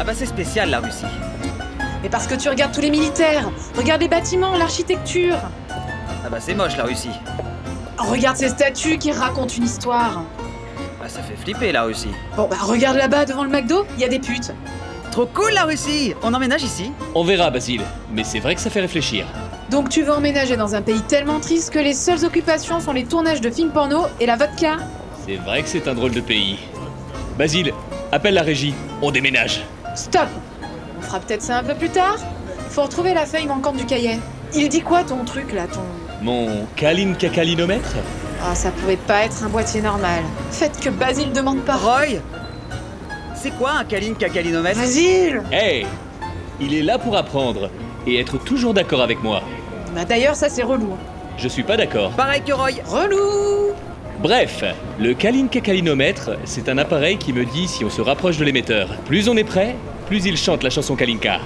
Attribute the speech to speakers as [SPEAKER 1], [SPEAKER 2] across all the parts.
[SPEAKER 1] Ah bah c'est spécial la Russie.
[SPEAKER 2] Mais parce que tu regardes tous les militaires, regarde les bâtiments, l'architecture,
[SPEAKER 1] Ah bah c'est moche la Russie.
[SPEAKER 2] regarde ces statues qui racontent une histoire.
[SPEAKER 1] Bah ça fait flipper la Russie.
[SPEAKER 2] Bon bah regarde là-bas devant le McDo, il y a des putes.
[SPEAKER 1] Trop cool la Russie On emménage ici
[SPEAKER 3] On verra, Basile, mais c'est vrai que ça fait réfléchir.
[SPEAKER 2] Donc tu veux emménager dans un pays tellement triste que les seules occupations sont les tournages de films porno et la vodka
[SPEAKER 3] C'est vrai que c'est un drôle de pays. Basile, appelle la régie, on déménage.
[SPEAKER 2] Stop On fera peut-être ça un peu plus tard Faut retrouver la feuille manquante du cahier. Il dit quoi ton truc là, ton...
[SPEAKER 3] Mon Kalin Kakalinomètre
[SPEAKER 2] Ah, ça pouvait pas être un boîtier normal. Faites que Basile demande pas.
[SPEAKER 1] Roy C'est quoi un Kalin Kakalinomètre
[SPEAKER 2] Basile
[SPEAKER 3] Hey Eh, Il est là pour apprendre et être toujours d'accord avec moi.
[SPEAKER 2] Bah d'ailleurs, ça c'est relou. hein.
[SPEAKER 3] Je suis pas d'accord.
[SPEAKER 1] Pareil que Roy
[SPEAKER 2] Relou
[SPEAKER 3] Bref, le Kalin Kakalinomètre, c'est un appareil qui me dit si on se rapproche de l'émetteur. Plus on est près, plus il chante la chanson Kalinka.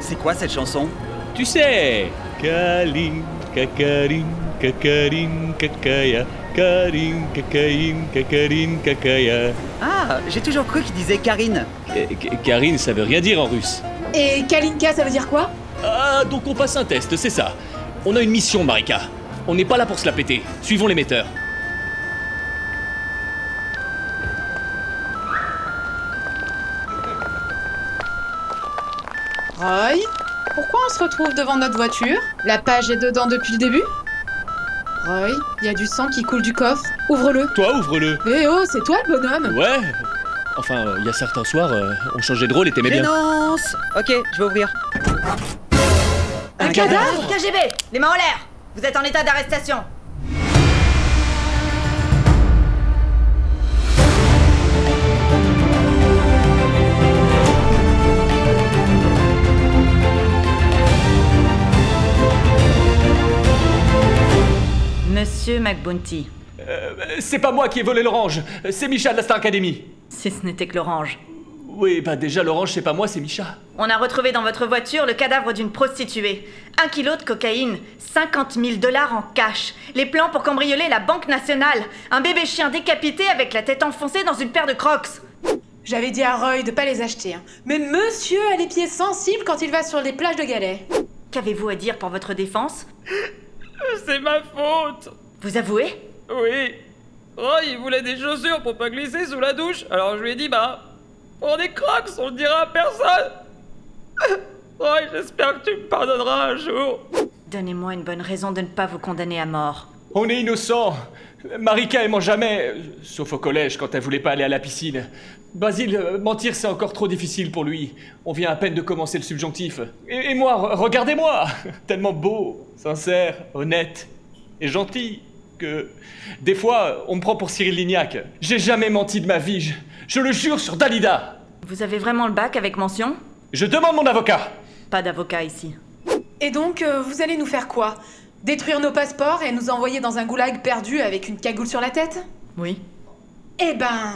[SPEAKER 1] C'est quoi cette chanson
[SPEAKER 3] Tu sais Kalin, kakarin, kakarin, kakaya, karin, kakain, kakarin, kakaya.
[SPEAKER 1] Ah, j'ai toujours cru qu'il disait Karine.
[SPEAKER 3] Euh, K- Karine, ça veut rien dire en russe.
[SPEAKER 2] Et Kalinka, ça veut dire quoi
[SPEAKER 3] Ah, donc on passe un test, c'est ça. On a une mission, Marika. On n'est pas là pour se la péter. Suivons l'émetteur.
[SPEAKER 2] Roy Pourquoi on se retrouve devant notre voiture La page est dedans depuis le début Roy, il y a du sang qui coule du coffre. Ouvre-le.
[SPEAKER 3] Toi, ouvre-le.
[SPEAKER 2] Eh oh, c'est toi le bonhomme
[SPEAKER 3] Ouais. Enfin, il y a certains soirs, euh, on changeait de rôle et t'aimais bien.
[SPEAKER 1] Dénonce Ok, je vais ouvrir.
[SPEAKER 2] Un cadavre
[SPEAKER 4] KGB, les mains en l'air Vous êtes en état d'arrestation Monsieur McBounty,
[SPEAKER 3] Euh, C'est pas moi qui ai volé l'orange, c'est Micha de la Star Academy.
[SPEAKER 4] si ce n'était que l'orange.
[SPEAKER 3] Oui, bah déjà, l'orange, c'est pas moi, c'est Micha.
[SPEAKER 4] On a retrouvé dans votre voiture le cadavre d'une prostituée. Un kilo de cocaïne, 50 000 dollars en cash, les plans pour cambrioler la Banque Nationale, un bébé chien décapité avec la tête enfoncée dans une paire de crocs.
[SPEAKER 2] J'avais dit à Roy de pas les acheter. hein. Mais monsieur a les pieds sensibles quand il va sur les plages de galets.
[SPEAKER 4] Qu'avez-vous à dire pour votre défense
[SPEAKER 5] C'est ma faute
[SPEAKER 4] Vous avouez
[SPEAKER 5] Oui Roy, il voulait des chaussures pour pas glisser sous la douche, alors je lui ai dit, bah... On est crocs, on le dira à personne Roy, j'espère que tu me pardonneras un jour
[SPEAKER 4] Donnez-moi une bonne raison de ne pas vous condamner à mort.
[SPEAKER 3] On est innocents. Marika aimant jamais, euh, sauf au collège quand elle voulait pas aller à la piscine. Basile, euh, mentir c'est encore trop difficile pour lui. On vient à peine de commencer le subjonctif. Et, et moi, re- regardez-moi Tellement beau, sincère, honnête et gentil que. Des fois, on me prend pour Cyril Lignac. J'ai jamais menti de ma vie, je, je le jure sur Dalida
[SPEAKER 4] Vous avez vraiment le bac avec mention
[SPEAKER 3] Je demande mon avocat
[SPEAKER 4] Pas d'avocat ici.
[SPEAKER 2] Et donc, euh, vous allez nous faire quoi Détruire nos passeports et nous envoyer dans un goulag perdu avec une cagoule sur la tête
[SPEAKER 4] Oui.
[SPEAKER 2] Eh ben.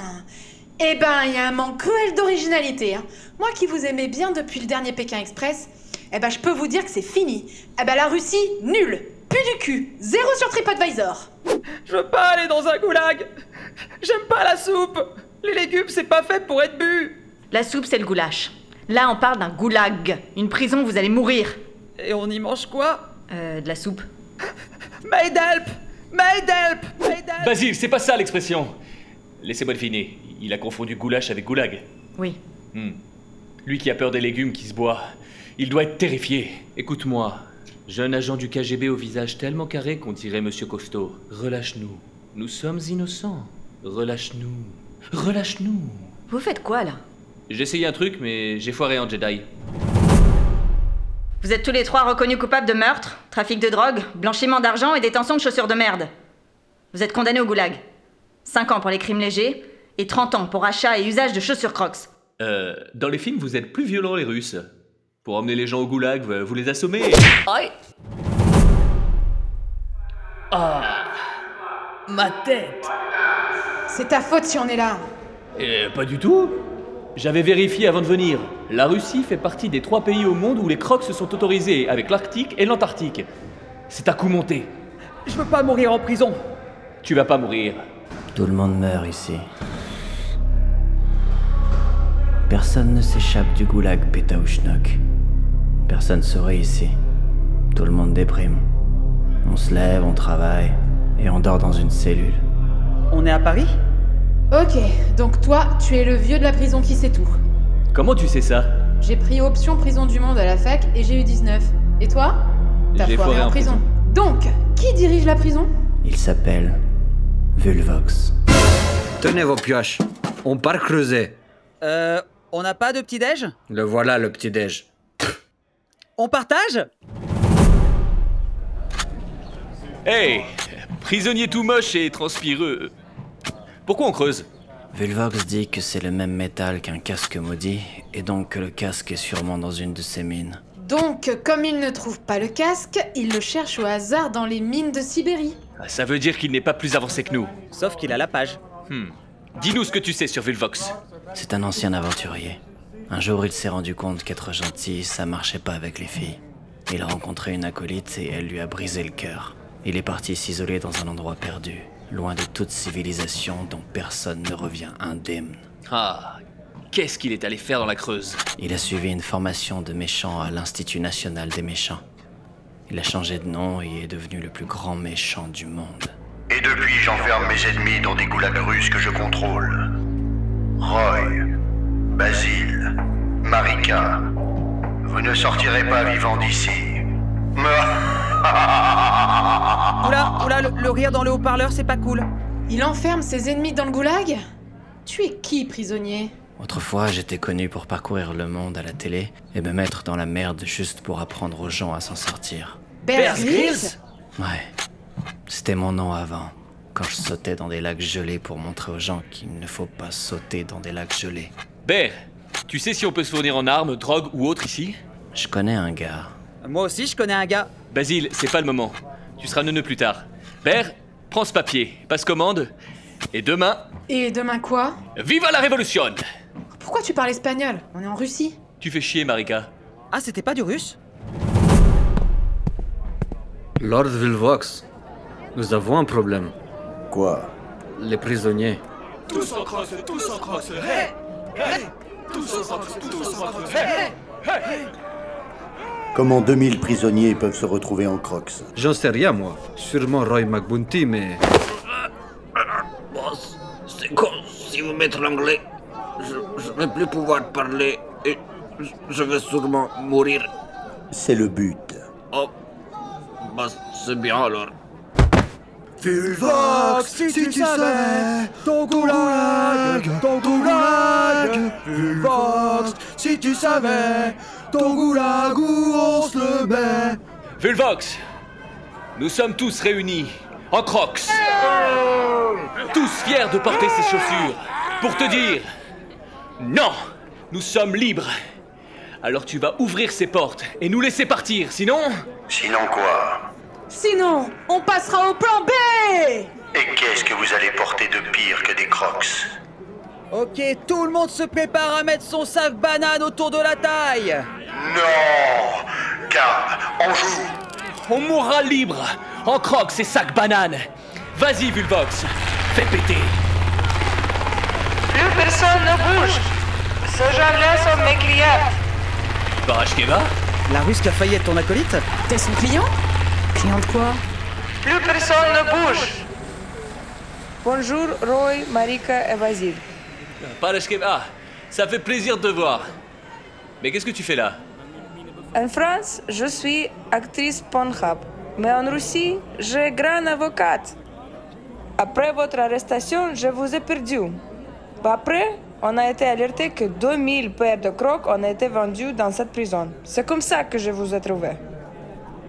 [SPEAKER 2] Eh ben, il y a un manque cruel d'originalité. hein. Moi qui vous aimais bien depuis le dernier Pékin Express, eh ben, je peux vous dire que c'est fini. Eh ben, la Russie, nulle. Plus du cul. Zéro sur TripAdvisor.
[SPEAKER 5] Je veux pas aller dans un goulag J'aime pas la soupe Les légumes, c'est pas fait pour être bu
[SPEAKER 4] La soupe, c'est le goulash. Là, on parle d'un goulag. Une prison où vous allez mourir.
[SPEAKER 5] Et on y mange quoi
[SPEAKER 4] Euh, de la soupe
[SPEAKER 5] Made help Made help Made help
[SPEAKER 3] Basile, c'est pas ça l'expression Laissez-moi deviner, il a confondu goulash avec goulag.
[SPEAKER 4] Oui.
[SPEAKER 3] Hmm. Lui qui a peur des légumes qui se boit, il doit être terrifié. Écoute-moi, jeune agent du KGB au visage tellement carré qu'on dirait Monsieur Costaud. Relâche-nous. Nous sommes innocents. Relâche-nous. Relâche-nous.
[SPEAKER 4] Vous faites quoi, là
[SPEAKER 3] J'ai essayé un truc, mais j'ai foiré en Jedi.
[SPEAKER 4] Vous êtes tous les trois reconnus coupables de meurtre, trafic de drogue, blanchiment d'argent et détention de chaussures de merde. Vous êtes condamnés au goulag. 5 ans pour les crimes légers et 30 ans pour achat et usage de chaussures crocs.
[SPEAKER 3] Euh, dans les films, vous êtes plus violents les Russes. Pour emmener les gens au goulag, vous- vous les assommez.
[SPEAKER 6] Aïe Ah Ma tête
[SPEAKER 2] C'est ta faute si on est là.
[SPEAKER 3] Euh, pas du tout. J'avais vérifié avant de venir. La Russie fait partie des trois pays au monde où les crocs se sont autorisés, avec l'Arctique et l'Antarctique. C'est à coup monté.
[SPEAKER 5] Je veux pas mourir en prison
[SPEAKER 3] Tu vas pas mourir.
[SPEAKER 7] Tout le monde meurt ici.
[SPEAKER 6] Personne ne s'échappe du goulag Pétaouchnok. Personne se ici. Tout le monde déprime. On se lève, on travaille, et on dort dans une cellule.
[SPEAKER 1] On est à Paris
[SPEAKER 2] Ok, donc toi, tu es le vieux de la prison qui sait tout.
[SPEAKER 3] Comment tu sais ça
[SPEAKER 2] J'ai pris option prison du monde à la fac et j'ai eu 19. Et toi T'as
[SPEAKER 3] J'ai foiré en
[SPEAKER 2] Donc, qui dirige la prison
[SPEAKER 6] Il s'appelle Vulvox.
[SPEAKER 7] Tenez vos pioches, on part creuser.
[SPEAKER 1] Euh, on n'a pas de petit-déj
[SPEAKER 7] Le voilà le petit-déj.
[SPEAKER 1] On partage
[SPEAKER 3] Hey Prisonnier tout moche et transpireux. Pourquoi on creuse
[SPEAKER 6] Vulvox dit que c'est le même métal qu'un casque maudit, et donc que le casque est sûrement dans une de ses mines.
[SPEAKER 2] Donc, comme il ne trouve pas le casque, il le cherche au hasard dans les mines de Sibérie.
[SPEAKER 3] Ça veut dire qu'il n'est pas plus avancé que nous.
[SPEAKER 1] Sauf qu'il a la page.
[SPEAKER 3] Dis-nous ce que tu sais sur Vilvox.
[SPEAKER 6] C'est un ancien aventurier. Un jour, il s'est rendu compte qu'être gentil, ça marchait pas avec les filles. Il a rencontré une acolyte et elle lui a brisé le cœur. Il est parti s'isoler dans un endroit perdu, loin de toute civilisation dont personne ne revient indemne.
[SPEAKER 3] Ah, qu'est-ce qu'il est allé faire dans la Creuse
[SPEAKER 6] Il a suivi une formation de méchant à l'Institut national des méchants. Il a changé de nom et est devenu le plus grand méchant du monde.
[SPEAKER 8] Et depuis, j'enferme mes ennemis dans des goulags russes que je contrôle. Roy, Basile, Marika, vous ne sortirez pas vivant d'ici.
[SPEAKER 1] Oula, oula, le, le rire dans le haut-parleur, c'est pas cool.
[SPEAKER 2] Il enferme ses ennemis dans le goulag Tu es qui, prisonnier
[SPEAKER 6] Autrefois, j'étais connu pour parcourir le monde à la télé et me mettre dans la merde juste pour apprendre aux gens à s'en sortir.
[SPEAKER 2] Bear
[SPEAKER 3] Grylls
[SPEAKER 6] Ouais. C'était mon nom avant, quand je sautais dans des lacs gelés pour montrer aux gens qu'il ne faut pas sauter dans des lacs gelés.
[SPEAKER 3] Ber, tu sais si on peut se fournir en armes, drogue ou autre ici
[SPEAKER 6] Je connais un gars.
[SPEAKER 1] Moi aussi, je connais un gars.
[SPEAKER 3] Basile, c'est pas le moment. Tu seras neuneu plus tard. Ber, prends ce papier, passe commande, et demain,
[SPEAKER 2] Et demain quoi
[SPEAKER 3] viva la révolution
[SPEAKER 2] Pourquoi tu parles espagnol On est en Russie.
[SPEAKER 3] Tu fais chier, Marika.
[SPEAKER 1] Ah, c'était pas du russe
[SPEAKER 7] Lord Vilvox, nous avons un problème.
[SPEAKER 6] Quoi
[SPEAKER 7] Les prisonniers.
[SPEAKER 8] Comment 2000 prisonniers peuvent se retrouver en crocs
[SPEAKER 7] J'en sais rien, moi. Sûrement Roy McBunty, mais.
[SPEAKER 9] Boss, c'est con si vous m'étranglez. Je, je vais plus pouvoir parler et je, je vais sûrement mourir.
[SPEAKER 8] C'est le but.
[SPEAKER 9] Oh, boss, c'est bien alors.
[SPEAKER 1] Vox, si tu savais, ton goulag, ton goulag, Vox, si tu savais, ton goulag où on se le met.
[SPEAKER 3] Vulvox, nous sommes tous réunis, en crocs. Tous fiers de porter ces chaussures, pour te dire Non, nous sommes libres. Alors tu vas ouvrir ces portes et nous laisser partir, sinon.
[SPEAKER 8] Sinon quoi
[SPEAKER 2] Sinon, on passera au plan B
[SPEAKER 8] Et qu'est-ce que vous allez porter de pire que des crocs
[SPEAKER 1] Ok, tout le monde se prépare à mettre son sac banane autour de la taille.
[SPEAKER 8] Non Car on joue
[SPEAKER 3] On mourra libre, en crocs et sacs bananes. Vas-y, Vulvox, fais péter.
[SPEAKER 10] Plus personne ne bouge. Ces gens-là sont mes clients.
[SPEAKER 3] Barashkeva
[SPEAKER 1] La russe qui a failli être ton acolyte
[SPEAKER 2] T'es son client Client de quoi
[SPEAKER 10] Plus personne ne bouge. Bonjour Roy, Marika et Basile.
[SPEAKER 3] Barashkeva, ça fait plaisir de te voir. Mais qu'est-ce que tu fais là
[SPEAKER 10] En France, je suis actrice Pornhub. Mais en Russie, j'ai grande avocate. Après votre arrestation, je vous ai perdu. Après, on a été alerté que 2000 paires de crocs ont été vendues dans cette prison. C'est comme ça que je vous ai trouvé.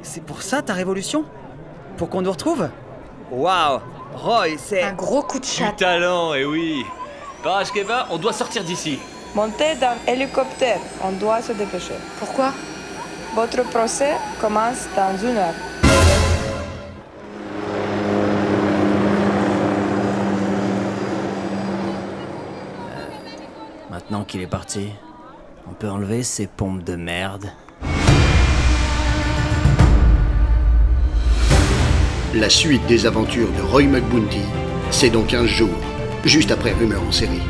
[SPEAKER 1] C'est pour ça ta révolution Pour qu'on nous retrouve Waouh Roy, c'est...
[SPEAKER 2] Un gros coup de
[SPEAKER 3] Du
[SPEAKER 2] chat.
[SPEAKER 3] talent, eh oui. Barashkeva, on doit sortir d'ici.
[SPEAKER 10] Montez dans l'hélicoptère, on doit se dépêcher.
[SPEAKER 2] Pourquoi
[SPEAKER 10] Votre procès commence dans une heure.
[SPEAKER 6] Maintenant qu'il est parti, on peut enlever ces pompes de merde.
[SPEAKER 11] La suite des aventures de Roy McBounty, c'est dans 15 jours, juste après Rumeur en série.